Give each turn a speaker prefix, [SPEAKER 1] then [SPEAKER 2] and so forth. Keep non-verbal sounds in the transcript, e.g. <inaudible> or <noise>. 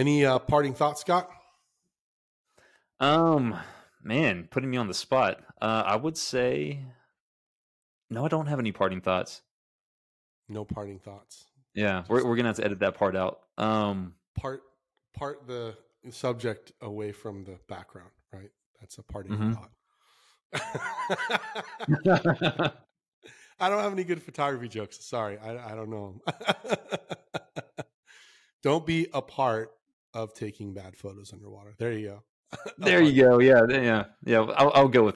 [SPEAKER 1] Any uh, parting thoughts, Scott?
[SPEAKER 2] Um, man, putting me on the spot. Uh, I would say, no, I don't have any parting thoughts.
[SPEAKER 1] No parting thoughts.
[SPEAKER 2] Yeah, we're we're gonna have to edit that part out. Um,
[SPEAKER 1] Part part the subject away from the background, right? That's a parting
[SPEAKER 2] Mhm.
[SPEAKER 1] thought. <laughs> I don't have any good photography jokes. Sorry, I, I don't know. <laughs> 'em. don't be a part of taking bad photos underwater. There you go. <laughs>
[SPEAKER 2] there you go. Yeah, yeah, yeah. I'll, I'll go with